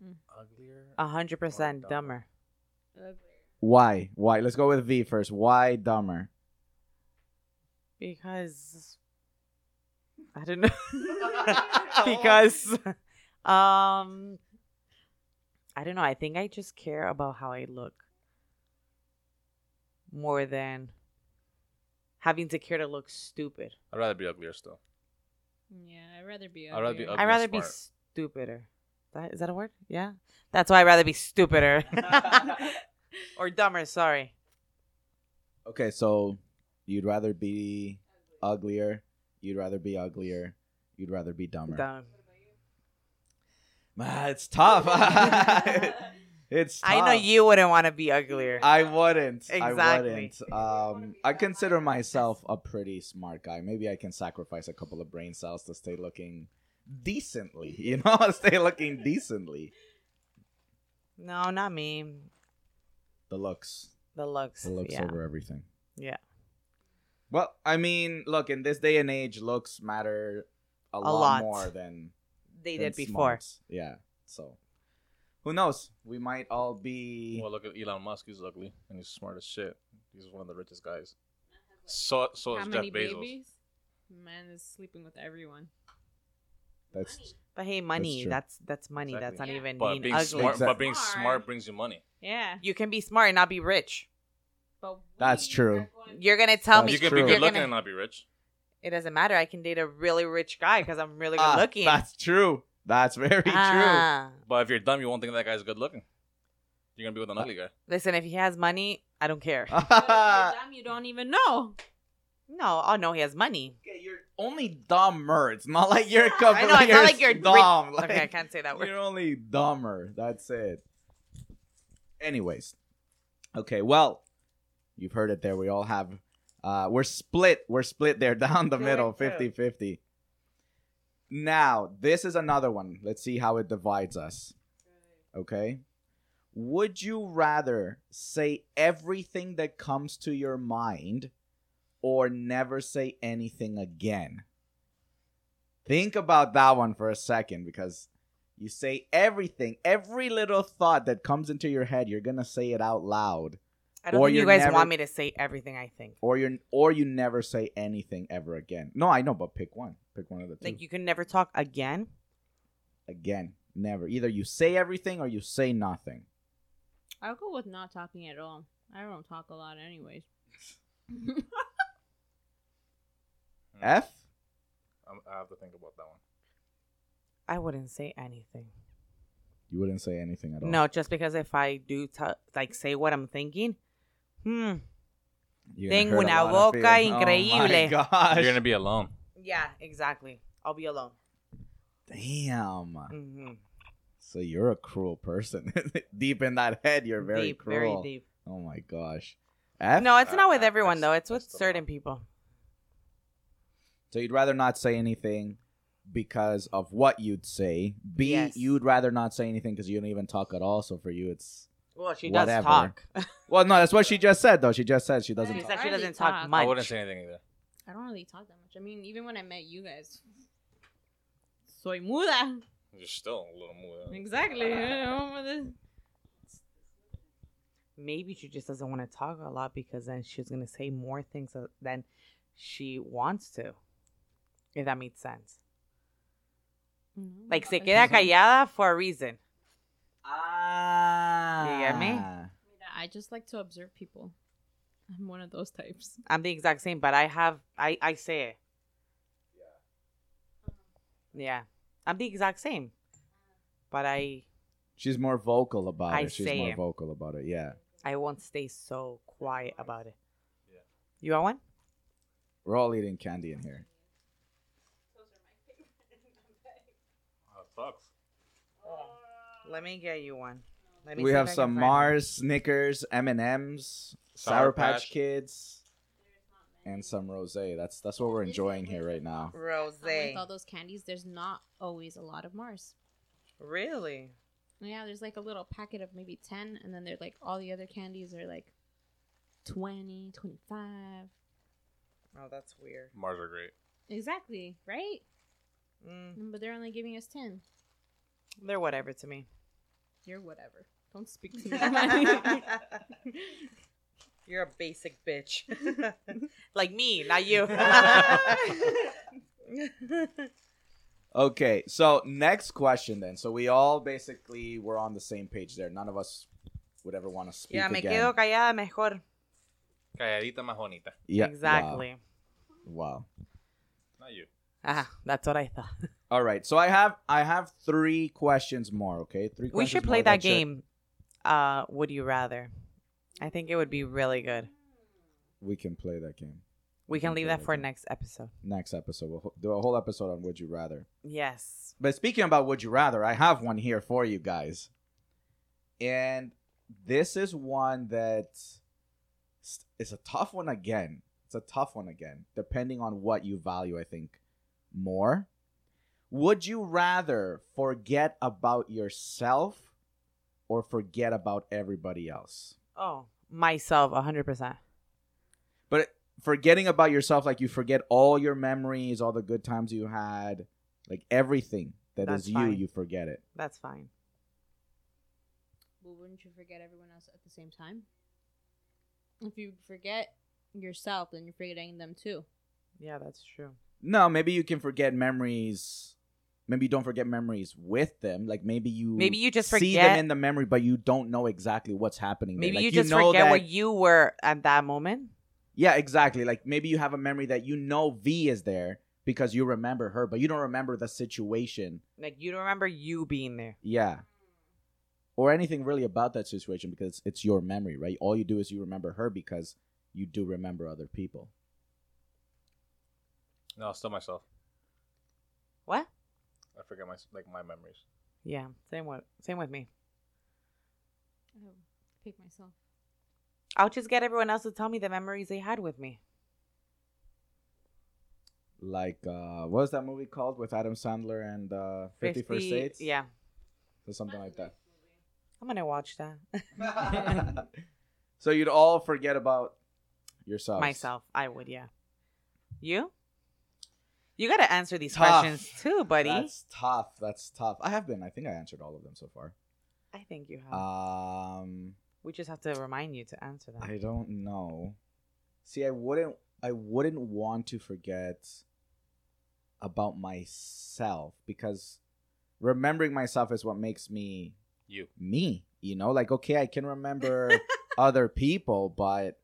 Speaker 3: Uglier.
Speaker 4: Uh-huh.
Speaker 2: a hundred percent
Speaker 3: dumber.
Speaker 2: dumber.
Speaker 4: Uglier.
Speaker 1: Why? Why? Let's go with V first. Why dumber?
Speaker 2: Because I don't know. because um, I don't know. I think I just care about how I look more than having to care to look stupid.
Speaker 3: I'd rather be uglier still.
Speaker 4: Yeah, I'd rather be uglier.
Speaker 3: I'd rather be
Speaker 2: I'd
Speaker 3: Ugly
Speaker 2: rather
Speaker 3: and
Speaker 2: be
Speaker 3: smart.
Speaker 2: stupider. That is that a word? Yeah. That's why I'd rather be stupider or dumber. Sorry.
Speaker 1: Okay, so you'd rather be uglier. You'd rather be uglier. You'd rather be dumber.
Speaker 2: Dumb.
Speaker 1: Man, it's tough. it's tough.
Speaker 2: I know you wouldn't want to be uglier.
Speaker 1: I wouldn't. I
Speaker 2: Exactly.
Speaker 1: wouldn't. Um, I consider myself a pretty smart guy. Maybe I can sacrifice a couple of brain cells to stay looking decently. You know, stay looking decently.
Speaker 2: no, not me.
Speaker 1: The looks.
Speaker 2: The looks.
Speaker 1: The looks
Speaker 2: yeah.
Speaker 1: over everything.
Speaker 2: Yeah.
Speaker 1: Well, I mean, look, in this day and age, looks matter a, lot,
Speaker 2: lot.
Speaker 1: more than
Speaker 2: They
Speaker 1: than
Speaker 2: did before.
Speaker 1: smarts. Yeah. So, who knows? We might all be.
Speaker 3: Well, look at Elon Musk. He's ugly and he's smart as shit. He's one of the richest guys. So so
Speaker 4: How
Speaker 3: is
Speaker 4: many
Speaker 3: Jeff Bezos.
Speaker 4: babies? Man is sleeping with everyone.
Speaker 1: that's
Speaker 2: But hey, money.
Speaker 1: true.
Speaker 2: That's that's money.
Speaker 3: Exactly.
Speaker 2: That's not
Speaker 4: Yeah.
Speaker 2: even
Speaker 3: But
Speaker 2: being,
Speaker 3: being
Speaker 2: ugly.
Speaker 3: smart, but being
Speaker 4: Smart.
Speaker 3: smart brings you money.
Speaker 4: Yeah,
Speaker 2: You can be smart and not be rich.
Speaker 4: but
Speaker 1: That's
Speaker 4: we
Speaker 1: true.
Speaker 4: are going-
Speaker 2: You're gonna tell
Speaker 1: That's
Speaker 2: me
Speaker 3: you could
Speaker 1: true.
Speaker 3: be
Speaker 2: you're
Speaker 3: good looking
Speaker 2: gonna-
Speaker 3: and not be rich.
Speaker 2: it doesn't matter. I can date a really rich guy because I'm really good
Speaker 1: Ah,
Speaker 2: looking.
Speaker 1: That's true. That's very true.
Speaker 2: Ah.
Speaker 3: But if you're dumb, you won't think that guy's good looking. You're gonna be with an ugly guy.
Speaker 1: Ah.
Speaker 2: Listen, if he has money, I don't care.
Speaker 4: But if you're dumb, you don't even know.
Speaker 2: No, oh no, he has money.
Speaker 1: Okay, you're only dumber. It's not like you're. Com-
Speaker 2: I know, it's not like you're
Speaker 1: dumb. like,
Speaker 2: okay, I can't say that word.
Speaker 1: you're only dumber. That's it. Anyways, okay. Well, you've heard it there. We all have. Uh, we're split. We're split there down the middle, 50-50. Now, this is another one. Let's see how it divides us. Okay. Would you rather say everything that comes to your mind or never say anything again? Think about that one for a second because you say everything, every little thought that comes into your head, you're going to say it out loud
Speaker 2: I don't
Speaker 1: Or
Speaker 2: think you
Speaker 1: you're
Speaker 2: guys
Speaker 1: never-
Speaker 2: want me to say everything I think.
Speaker 1: or you or you never say anything ever again. No, I know, but pick one. Pick one of the two.
Speaker 2: Like you can never talk again.
Speaker 1: Again, never. Either you say everything or you say nothing.
Speaker 4: I'll go with not talking at all. I don't talk a lot, anyways.
Speaker 3: Mm.
Speaker 1: F?
Speaker 3: I'm, I have to think about that one.
Speaker 2: I wouldn't say anything.
Speaker 1: You wouldn't say anything at all.
Speaker 2: No, just because if I do t- like say what I'm thinking, hmm.
Speaker 1: You're gonna
Speaker 2: Tengo
Speaker 1: hurt a
Speaker 2: una
Speaker 1: lot of
Speaker 2: boca
Speaker 1: feelings.
Speaker 2: increíble.
Speaker 1: Oh my gosh.
Speaker 3: You're gonna be alone.
Speaker 2: Yeah, exactly. I'll be alone.
Speaker 1: Damn.
Speaker 2: Mhm.
Speaker 1: So you're a cruel person. deep in that head, you're very
Speaker 2: deep,
Speaker 1: cruel.
Speaker 2: very deep.
Speaker 1: Oh my gosh. F? uh,
Speaker 2: No, it's not with
Speaker 3: I- I-
Speaker 2: everyone
Speaker 3: that's-
Speaker 2: though. It's with
Speaker 3: that's the law.
Speaker 2: certain people.
Speaker 1: So you'd rather not say anything because of what you'd say. B,
Speaker 2: Yes.
Speaker 1: you'd rather not say anything because you don't even talk at all. So for you, it's
Speaker 2: Well, she
Speaker 1: Whatever.
Speaker 2: does talk.
Speaker 1: well, no, that's what she just said though. She just said she doesn't.
Speaker 4: Right.
Speaker 2: She
Speaker 1: talk.
Speaker 2: said she
Speaker 4: I already
Speaker 2: doesn't talk
Speaker 4: talk. I
Speaker 2: much.
Speaker 3: I wouldn't say anything either.
Speaker 4: I don't really talk that much. I mean, even when I met you guys, soy muda.
Speaker 3: You're still a little more.
Speaker 4: Exactly. I don't want this-
Speaker 2: Maybe she just doesn't want to talk a lot because then she's gonna say more things than she wants to. If that makes sense. Like se queda callada for a reason.
Speaker 1: Ah.
Speaker 2: You get me?
Speaker 4: Mira, I just like to observe people. I'm one of those types.
Speaker 2: I'm the exact same, but I have I I say it. Yeah. Yeah. I'm the exact same. But I
Speaker 1: She's more vocal about
Speaker 2: I
Speaker 1: it. She's
Speaker 2: say
Speaker 1: more
Speaker 2: it.
Speaker 1: vocal about it. Yeah.
Speaker 2: I won't stay so quiet about it.
Speaker 3: Yeah.
Speaker 2: You want one?
Speaker 1: We're all eating candy in here.
Speaker 3: Oh, fuck.
Speaker 2: Let me get you one. Let me
Speaker 1: We
Speaker 2: see
Speaker 1: have
Speaker 2: if I can
Speaker 1: some
Speaker 2: find
Speaker 1: Mars, Snickers, M and M's,
Speaker 3: Sour
Speaker 1: Sour Patch
Speaker 3: Patch.
Speaker 1: Kids, and some rosé. That's that's what we're enjoying here right now.
Speaker 2: one. Rose.
Speaker 4: With all those candies, there's not always a lot of Mars.
Speaker 2: Really?
Speaker 4: Yeah, there's like a little packet of maybe 10, and then they're like all the other candies are like 20, 25.
Speaker 2: Oh, that's weird.
Speaker 3: Mars are great.
Speaker 4: Exactly, right?
Speaker 2: Mm,
Speaker 4: But they're only giving us 10.
Speaker 2: they're whatever to me.
Speaker 4: You're whatever. Don't speak to me.
Speaker 2: You're a basic bitch. like me, not you.
Speaker 1: Okay, so next question then. So we all basically were on the same page there. None of us would ever want to speak
Speaker 2: yeah, me
Speaker 1: again.
Speaker 2: quedo callada mejor.
Speaker 3: Calladita más bonita.
Speaker 1: Yeah, wow.
Speaker 2: exactly.
Speaker 1: Wow.
Speaker 3: Not you.
Speaker 2: Ah, that's what I thought.
Speaker 1: All right. So I have I have three questions more. Okay, three.
Speaker 2: We
Speaker 1: Questions
Speaker 2: should play
Speaker 1: more
Speaker 2: that
Speaker 1: should-
Speaker 2: game. Uh, would you rather? I think it would be really good.
Speaker 1: We can play that game
Speaker 2: We can
Speaker 1: Okay,
Speaker 2: leave that for
Speaker 1: okay.
Speaker 2: next episode.
Speaker 1: next episode. We'll ho- do a whole episode on Would You Rather.
Speaker 2: Yes.
Speaker 1: But speaking about Would You Rather, I have one here for you guys. And this is one that s- is a tough one again. It's a tough one again, depending on what you value, I think, more. Would you rather forget about yourself or forget about everybody else?
Speaker 2: Oh, myself, hundred percent.
Speaker 1: But forgetting about yourself, like you forget all your memories, all the good times you had, like everything that is
Speaker 2: That's
Speaker 1: you,
Speaker 2: fine.
Speaker 1: you forget it.
Speaker 2: That's fine.
Speaker 4: Well, wouldn't you forget everyone else at the same time? If you forget yourself, then you're forgetting them too.
Speaker 2: Yeah, that's true.
Speaker 1: No, maybe you can forget memories. Maybe you don't forget memories with them. Like maybe you
Speaker 2: Maybe you just
Speaker 1: see
Speaker 2: forget-
Speaker 1: them in the memory, but you don't know exactly what's happening. there.
Speaker 2: Maybe
Speaker 1: Like,
Speaker 2: you just
Speaker 1: know
Speaker 2: forget
Speaker 1: that,
Speaker 2: where you were at that moment.
Speaker 1: Yeah, exactly. Like maybe you have a memory that you know V is there because you remember her, but you don't remember the situation.
Speaker 2: Like you don't remember you being there.
Speaker 1: Yeah. Or anything really about that situation because it's, it's your memory, right? All you do is you remember her because you do remember other people.
Speaker 3: No, I'll still myself.
Speaker 2: What?
Speaker 3: I forget my like my memories.
Speaker 2: Yeah, same with same with me.
Speaker 4: I would pick myself.
Speaker 2: I'll just get everyone else to tell me the memories they had with me.
Speaker 1: Like, uh, what was that movie called with Adam Sandler and uh, 50 First Dates?
Speaker 2: Yeah,
Speaker 1: Or something like that.
Speaker 2: I'm gonna watch that
Speaker 1: so you'd all forget about yourself.
Speaker 2: myself. I would. Yeah. You? You gotta answer these
Speaker 1: Tough.
Speaker 2: questions too, buddy.
Speaker 1: That's tough. That's tough. I have been. I think I answered all of them so far.
Speaker 2: I think you
Speaker 1: uh,
Speaker 2: have. Oh.
Speaker 1: Um,
Speaker 2: we just have to remind you to answer them.
Speaker 1: I don't know. See, I wouldn't. I wouldn't want to forget about myself because remembering myself is what makes me
Speaker 3: You.
Speaker 1: me. You know, like okay, I can remember other people, but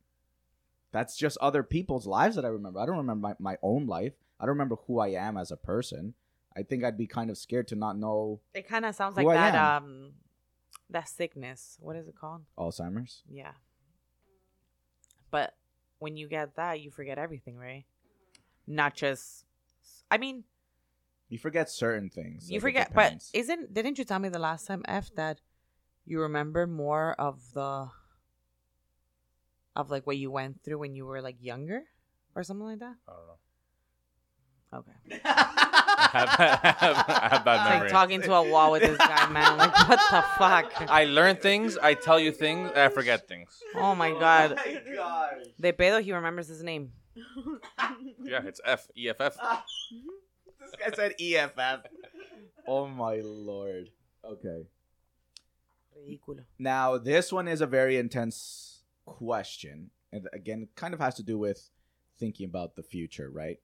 Speaker 1: that's just other people's lives that I remember. I don't remember my, my own life. I don't remember who I am as a person. I think I'd be kind of scared to not know
Speaker 2: It kind of sounds
Speaker 1: Who
Speaker 2: like
Speaker 1: I
Speaker 2: that.
Speaker 1: am.
Speaker 2: Um, that sickness. What is it called?
Speaker 1: Alzheimer's.
Speaker 2: Yeah. But when you get that, you forget everything, right? Not just. I mean,
Speaker 1: You forget certain things.
Speaker 2: you
Speaker 1: like, it
Speaker 2: forget, but
Speaker 1: depends.
Speaker 2: isn't didn't you tell me the last time F that you remember more of the of like what you went through when you were like younger or something like that?
Speaker 3: I don't know.
Speaker 2: Okay,
Speaker 3: I have, I have, I have
Speaker 2: it's
Speaker 3: that memory.
Speaker 2: like talking to a wall with this guy, man. Like what the fuck?
Speaker 3: I learn things. I tell you things. I forget things.
Speaker 2: Oh my god,
Speaker 1: my gosh.
Speaker 2: de pedo, he remembers his name.
Speaker 3: Yeah, it's F E F F.
Speaker 4: Mm-hmm.
Speaker 1: This guy said E EFF. Oh my lord. Okay.
Speaker 2: Ridiculo.
Speaker 1: Now, this one is a very intense question. And again, kind of has to do with thinking about the future, right?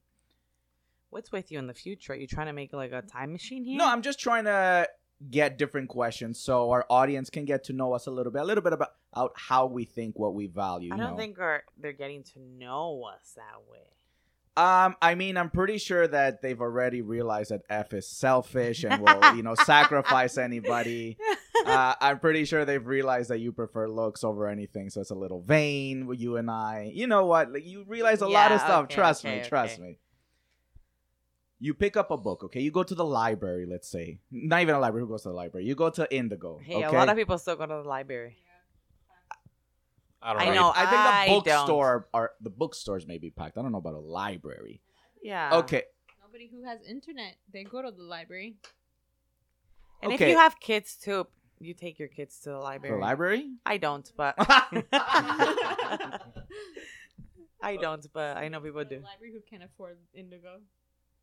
Speaker 2: What's with you in the future? Are you trying to make like a time machine here?
Speaker 1: No, I'm just trying to get different questions so our audience can get to know us a little bit, a little bit about out how we think, what we value.
Speaker 2: I
Speaker 1: you
Speaker 2: don't
Speaker 1: know?
Speaker 2: think are they're getting to know us that way.
Speaker 1: Um, I mean, I'm pretty sure that they've already realized that F is selfish and will, you know, sacrifice anybody. Uh, I'm pretty sure they've realized that you prefer looks over anything, so it's a little vain with you and I. You know what? Like you realize a lot of
Speaker 2: Yeah,
Speaker 1: stuff.
Speaker 2: okay,
Speaker 1: trust
Speaker 2: okay,
Speaker 1: me. Trust
Speaker 2: okay.
Speaker 1: me. You pick up a book, okay? You go to the library, let's say. Not even a library. Who goes to the library? You go to Indigo.
Speaker 2: Hey,
Speaker 1: okay?
Speaker 2: a lot of people still go to the library.
Speaker 3: I don't
Speaker 2: I
Speaker 3: know.
Speaker 2: know.
Speaker 1: I
Speaker 2: I
Speaker 1: think the
Speaker 2: don't.
Speaker 1: bookstore are the bookstores may be packed. I don't know about a library.
Speaker 2: Yeah.
Speaker 1: Okay.
Speaker 4: Nobody who has internet, they go to the library.
Speaker 2: And
Speaker 1: okay.
Speaker 2: if you have kids too, you take your kids to the library.
Speaker 1: The library?
Speaker 2: I don't, but I don't, but I know people
Speaker 4: the
Speaker 2: do.
Speaker 4: library who can't afford Indigo.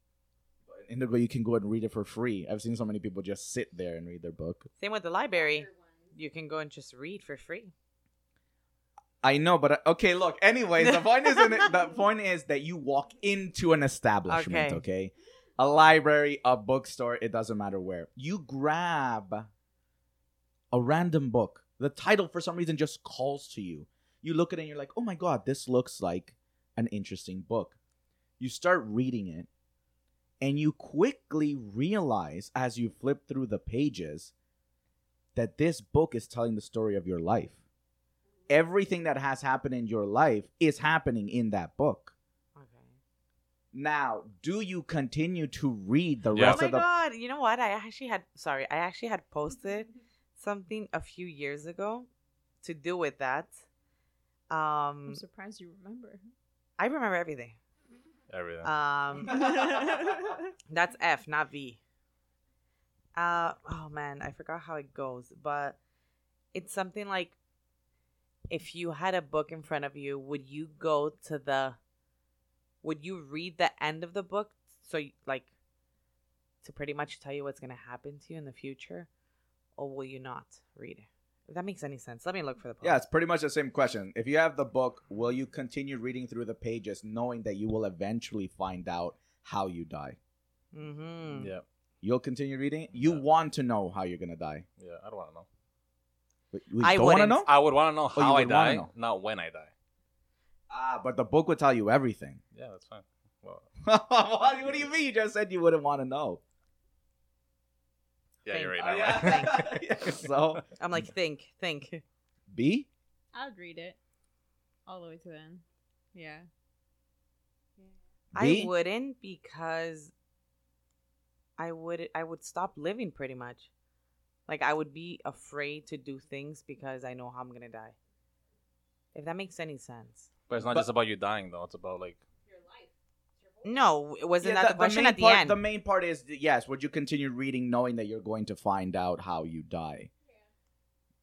Speaker 1: Indigo, you can go and read it for free. I've seen so many people just sit there and read their book.
Speaker 2: Same with the library. You can go and just read for free.
Speaker 1: I know, but uh, okay. Look, anyways, the point is, the point is that you walk into an establishment,
Speaker 2: Okay.
Speaker 1: okay. a library, a bookstore, it doesn't matter where. You grab a random book. The title, for some reason, just calls to you. You look at it and you're like, "Oh my god, this looks like an interesting book." You start reading it, and you quickly realize as you flip through the pages that this book is telling the story of your life everything that has happened in your life is happening in that book.
Speaker 2: Okay.
Speaker 1: Now, do you continue to read the
Speaker 3: Yeah.
Speaker 1: rest
Speaker 2: oh my
Speaker 1: of the
Speaker 2: god! You know what? I actually had sorry. I actually had posted something a few years ago to do with that. Um,
Speaker 4: I'm surprised you remember.
Speaker 2: I remember everything.
Speaker 3: Everything.
Speaker 2: Um, That's F, not V. Uh oh man, I forgot how it goes, but it's something like if you had a book in front of you, would you go to the would you read the end of the book so you, like to pretty much tell you what's going to happen to you in the future or will you not read it? If that makes any sense. Let me look for the post.
Speaker 1: Yeah, it's pretty much the same question. If you have the book, will you continue reading through the pages knowing that you will eventually find out how you die?
Speaker 2: Mhm.
Speaker 3: yeah,
Speaker 1: You'll continue reading? You
Speaker 3: Yeah.
Speaker 1: want to know how you're going to die.
Speaker 3: yeah. I don't want to know.
Speaker 1: But you
Speaker 2: I
Speaker 1: don't want to
Speaker 2: wouldn't.
Speaker 1: know?
Speaker 3: I would want to know
Speaker 1: Oh, you
Speaker 3: how I
Speaker 1: would wanna
Speaker 3: die,
Speaker 1: know.
Speaker 3: not when I die.
Speaker 1: Ah, but the book would tell you everything.
Speaker 3: Yeah, that's fine. Well,
Speaker 1: what, what do you mean? You just said you wouldn't want to know.
Speaker 3: yeah, you're right.
Speaker 2: Thank-
Speaker 3: Now,
Speaker 1: so,
Speaker 2: I'm like think, think.
Speaker 1: B?
Speaker 4: I'd read it all the way to the end. Yeah.
Speaker 2: I
Speaker 1: B?
Speaker 2: wouldn't because I would I would stop living pretty much. Like I would be afraid to do things because I know how I'm gonna die. If that makes any sense.
Speaker 3: But it's not
Speaker 1: But-
Speaker 3: just about you dying though. It's about like
Speaker 5: Your life. It's your whole
Speaker 2: No, it wasn't
Speaker 1: Yeah,
Speaker 2: that the, question
Speaker 1: main
Speaker 2: at the
Speaker 1: part,
Speaker 2: end.
Speaker 1: The main part is yes. Would you continue reading knowing that you're going to find out how you die?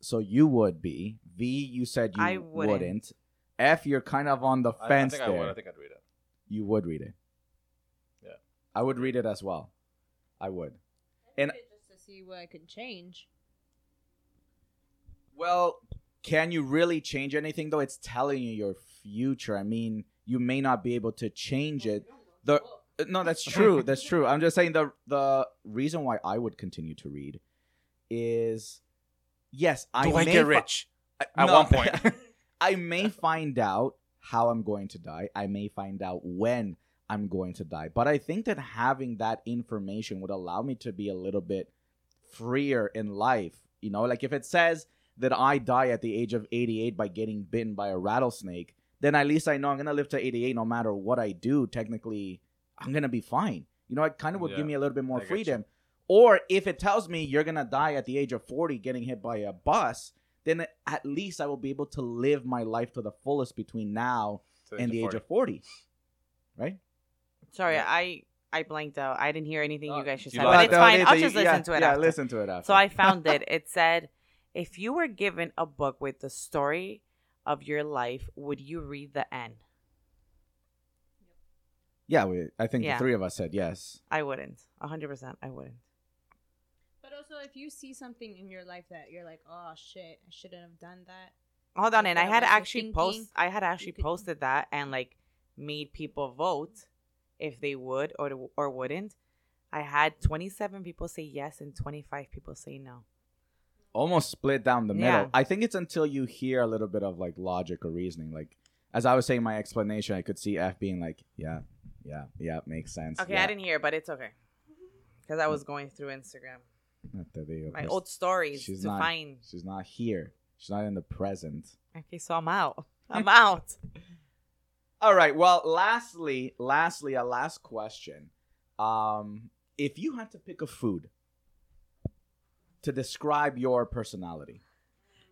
Speaker 1: So you would be V. You said you
Speaker 2: I wouldn't.
Speaker 1: F. You're kind of on the
Speaker 3: I- I,
Speaker 1: fence
Speaker 3: think I
Speaker 1: there.
Speaker 3: would. I think I'd read it.
Speaker 1: you would read it.
Speaker 3: Yeah.
Speaker 1: I would read it as well. I would. And-
Speaker 4: just to see what I could change.
Speaker 1: Well, can you really change anything though? It's telling you your future. I mean, you may not be able to change it. The Uh, no, that's true. That's true. I'm just saying the the reason why I would continue to read is yes, I
Speaker 3: Do
Speaker 1: may
Speaker 3: I get
Speaker 1: fi-
Speaker 3: rich?
Speaker 1: I-
Speaker 3: at one point?
Speaker 1: I may find out how I'm going to die. I may find out when I'm going to die. But I think that having that information would allow me to be a little bit freer in life. You know, like if it says that I die at the age of 88 by getting bitten by a rattlesnake, then at least I know I'm going to live to 88 no matter what I do. Technically, I'm going to be fine. You know, it kind of would
Speaker 3: Yeah,
Speaker 1: give me a little bit more
Speaker 3: I get you.
Speaker 1: freedom. Or if it tells me you're going to die at the age of 40 getting hit by a bus, then at least I will be able to live my life to the fullest between now
Speaker 3: To
Speaker 1: and the age of 40. Right?
Speaker 2: Sorry,
Speaker 3: Yeah.
Speaker 2: I I blanked out. I didnn't hear anything
Speaker 3: No,
Speaker 2: you guys just
Speaker 3: you
Speaker 2: said,
Speaker 3: don't
Speaker 2: but
Speaker 3: have
Speaker 2: it's
Speaker 3: to.
Speaker 2: fine. I'll
Speaker 1: Yeah,
Speaker 2: just listen to it.
Speaker 1: Yeah,
Speaker 2: after.
Speaker 1: listen to it after.
Speaker 2: So I found it. It said, if you were given a book with the story of your life, would you read the end?
Speaker 1: Yeah, we, I think
Speaker 2: Yeah.
Speaker 1: the three of us said yes.
Speaker 2: I wouldn't. 100% I wouldn't.
Speaker 4: But also, if you see something in your life that you're like, oh shit, I shouldn't have done that.
Speaker 2: Hold on,
Speaker 4: Like
Speaker 2: and I
Speaker 4: what
Speaker 2: had
Speaker 4: was I
Speaker 2: actually post
Speaker 4: thinking?
Speaker 2: I had actually
Speaker 4: could-
Speaker 2: posted that and like made people vote if they would or or wouldn't. I had 27 people say yes and 25 people say no.
Speaker 1: Almost split down the middle.
Speaker 2: Yeah.
Speaker 1: I think it's until you hear a little bit of like logic or reasoning. Like, as I was saying my explanation, I could see F being like, yeah, yeah, yeah, makes sense.
Speaker 2: Okay,
Speaker 1: yeah.
Speaker 2: I didn't hear, but it's okay. Cuz I was going through Instagram,
Speaker 1: Not that they-
Speaker 2: my old stories
Speaker 1: she's
Speaker 2: to
Speaker 1: not-
Speaker 2: find.
Speaker 1: She's not here. She's not in the present.
Speaker 2: Okay, so I'm out. I'm out.
Speaker 1: All right. Well, lastly, lastly, a last question. Um, if you had to pick a food to describe your personality,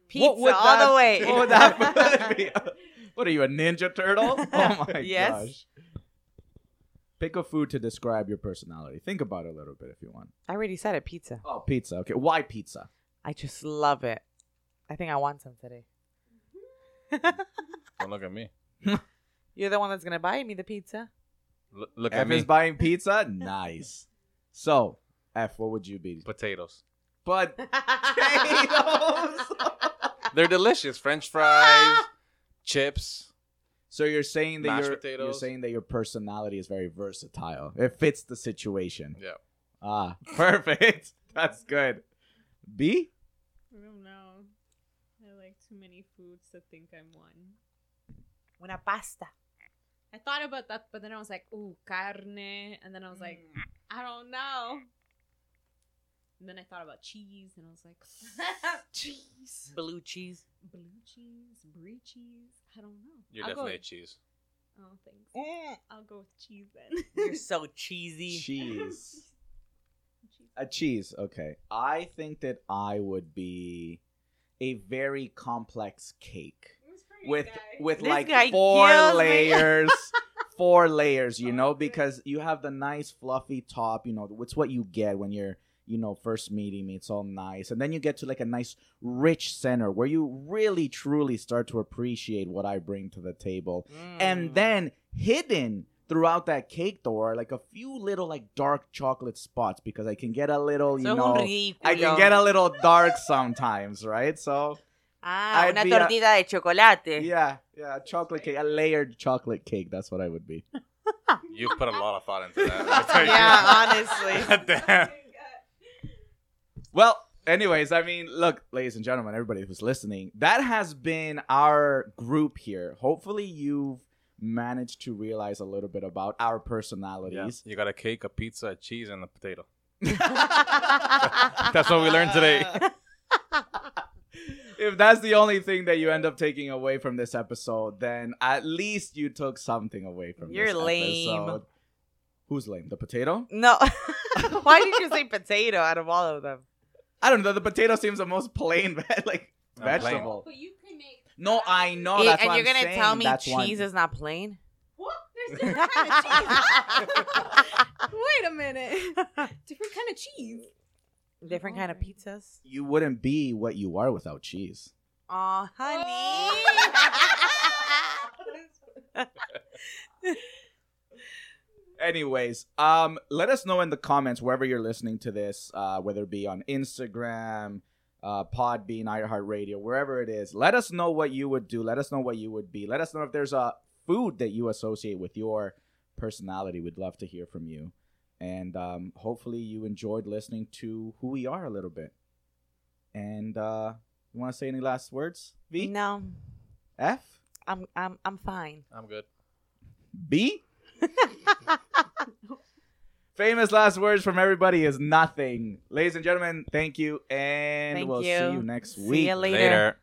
Speaker 2: Pizza
Speaker 1: what would
Speaker 2: all
Speaker 1: that-
Speaker 2: the way.
Speaker 1: What would that food be? What are you, a ninja turtle? Oh my
Speaker 2: Yes.
Speaker 1: gosh. Pick a food to describe your personality. Think about it a little bit if you want.
Speaker 2: I already said it, pizza.
Speaker 1: Oh, pizza. Okay. Why pizza?
Speaker 2: I just love it. I think I want some today.
Speaker 3: Don't look at me.
Speaker 2: You're the one that's gonna buy me the pizza.
Speaker 3: L- look at
Speaker 1: F
Speaker 3: me.
Speaker 1: is buying pizza? Nice. So, F, what would you be?
Speaker 3: Potatoes.
Speaker 1: But
Speaker 3: They're delicious. French fries, chips.
Speaker 1: So you're saying that
Speaker 3: Mashed
Speaker 1: your you're
Speaker 3: potatoes.
Speaker 1: saying that your personality is very versatile. It fits the situation.
Speaker 3: Yeah.
Speaker 1: Ah, perfect. That's good. B.
Speaker 4: I don't know. I like too many foods to think I'm one.
Speaker 2: Una pasta.
Speaker 4: I thought about that, but then I was like, ooh, carne. And then I was like, I don't know. And then I thought about cheese, and I was like, cheese.
Speaker 2: Blue cheese.
Speaker 4: Blue cheese, brie cheese. I don't know.
Speaker 3: You're
Speaker 4: I'll go
Speaker 3: definitely a
Speaker 4: with-
Speaker 3: cheese.
Speaker 4: Oh, thanks. I'll go with cheese then.
Speaker 2: Mm, You're so cheesy.
Speaker 1: Cheese. A cheese. Okay. I think that I would be a very complex cake with with
Speaker 2: This guy
Speaker 1: like four
Speaker 2: kills me.
Speaker 1: layers. four layers, you know, because you have the nice fluffy top, you know, it's what you get when you're you know, first meeting me, it's all nice. And then you get to like a nice rich center where you really truly start to appreciate what I bring to the table.
Speaker 2: Mm.
Speaker 1: And then hidden throughout that cake though are like a few little like dark chocolate spots because I can get a little, you
Speaker 2: Soy un
Speaker 1: know,
Speaker 2: ridículo.
Speaker 1: I can get a little dark sometimes, right? So
Speaker 2: Ah,
Speaker 1: I'd
Speaker 2: una
Speaker 1: be a-
Speaker 2: tortilla de chocolate.
Speaker 1: yeah, yeah, chocolate cake, a layered chocolate cake. That's what I would be.
Speaker 3: You've put a lot of thought into that. I'll tell you.
Speaker 2: Yeah, honestly.
Speaker 3: Damn.
Speaker 1: Well, anyways, I mean, look, ladies and gentlemen, everybody who's listening, that has been our group here. Hopefully, you've managed to realize a little bit about our personalities.
Speaker 3: You got a cake, a pizza, a cheese, and a potato.
Speaker 1: That's
Speaker 3: what we learned today.
Speaker 1: if that's the only thing that you end up taking away from this episode, then at least you took something away from
Speaker 2: You're
Speaker 1: this
Speaker 2: lame.
Speaker 1: episode. Who's lame? The potato?
Speaker 2: No. Why did you say potato out of all of them?
Speaker 1: I don't know. The potato seems the most plain, ve- like
Speaker 3: I'm plain.
Speaker 1: vegetable.
Speaker 5: But you can make.
Speaker 1: No, I know.
Speaker 2: Yeah,
Speaker 1: that's
Speaker 2: and
Speaker 1: what
Speaker 2: you're
Speaker 1: I'm
Speaker 2: gonna
Speaker 1: saying.
Speaker 2: tell me
Speaker 1: That's why-
Speaker 2: cheese is not plain?
Speaker 5: What? There's
Speaker 2: Wait
Speaker 5: different kind of cheese.
Speaker 4: Wait a minute. Different kind of cheese.
Speaker 2: Different kind of pizzas.
Speaker 1: You wouldn't be what you are without cheese.
Speaker 2: Oh, honey.
Speaker 5: Oh.
Speaker 1: Anyways, um, let us know in the comments wherever you're listening to this, uh, whether it be on Instagram, uh, Podbean, iHeartRadio, wherever it is. Let us know what you would do. Let us know what you would be. Let us know if there's a food that you associate with your personality. We'd love to hear from you. And um, hopefully, you enjoyed listening to who we are a little bit. And uh, you want to say any last words? V
Speaker 2: no,
Speaker 1: F
Speaker 2: I'm I'm I'm fine.
Speaker 3: I'm good.
Speaker 1: B. Famous last words from everybody is nothing. Ladies and gentlemen, thank you, and
Speaker 2: Thank
Speaker 1: we'll see
Speaker 2: you.
Speaker 1: you next
Speaker 2: See
Speaker 1: week.
Speaker 2: you later.
Speaker 3: Later.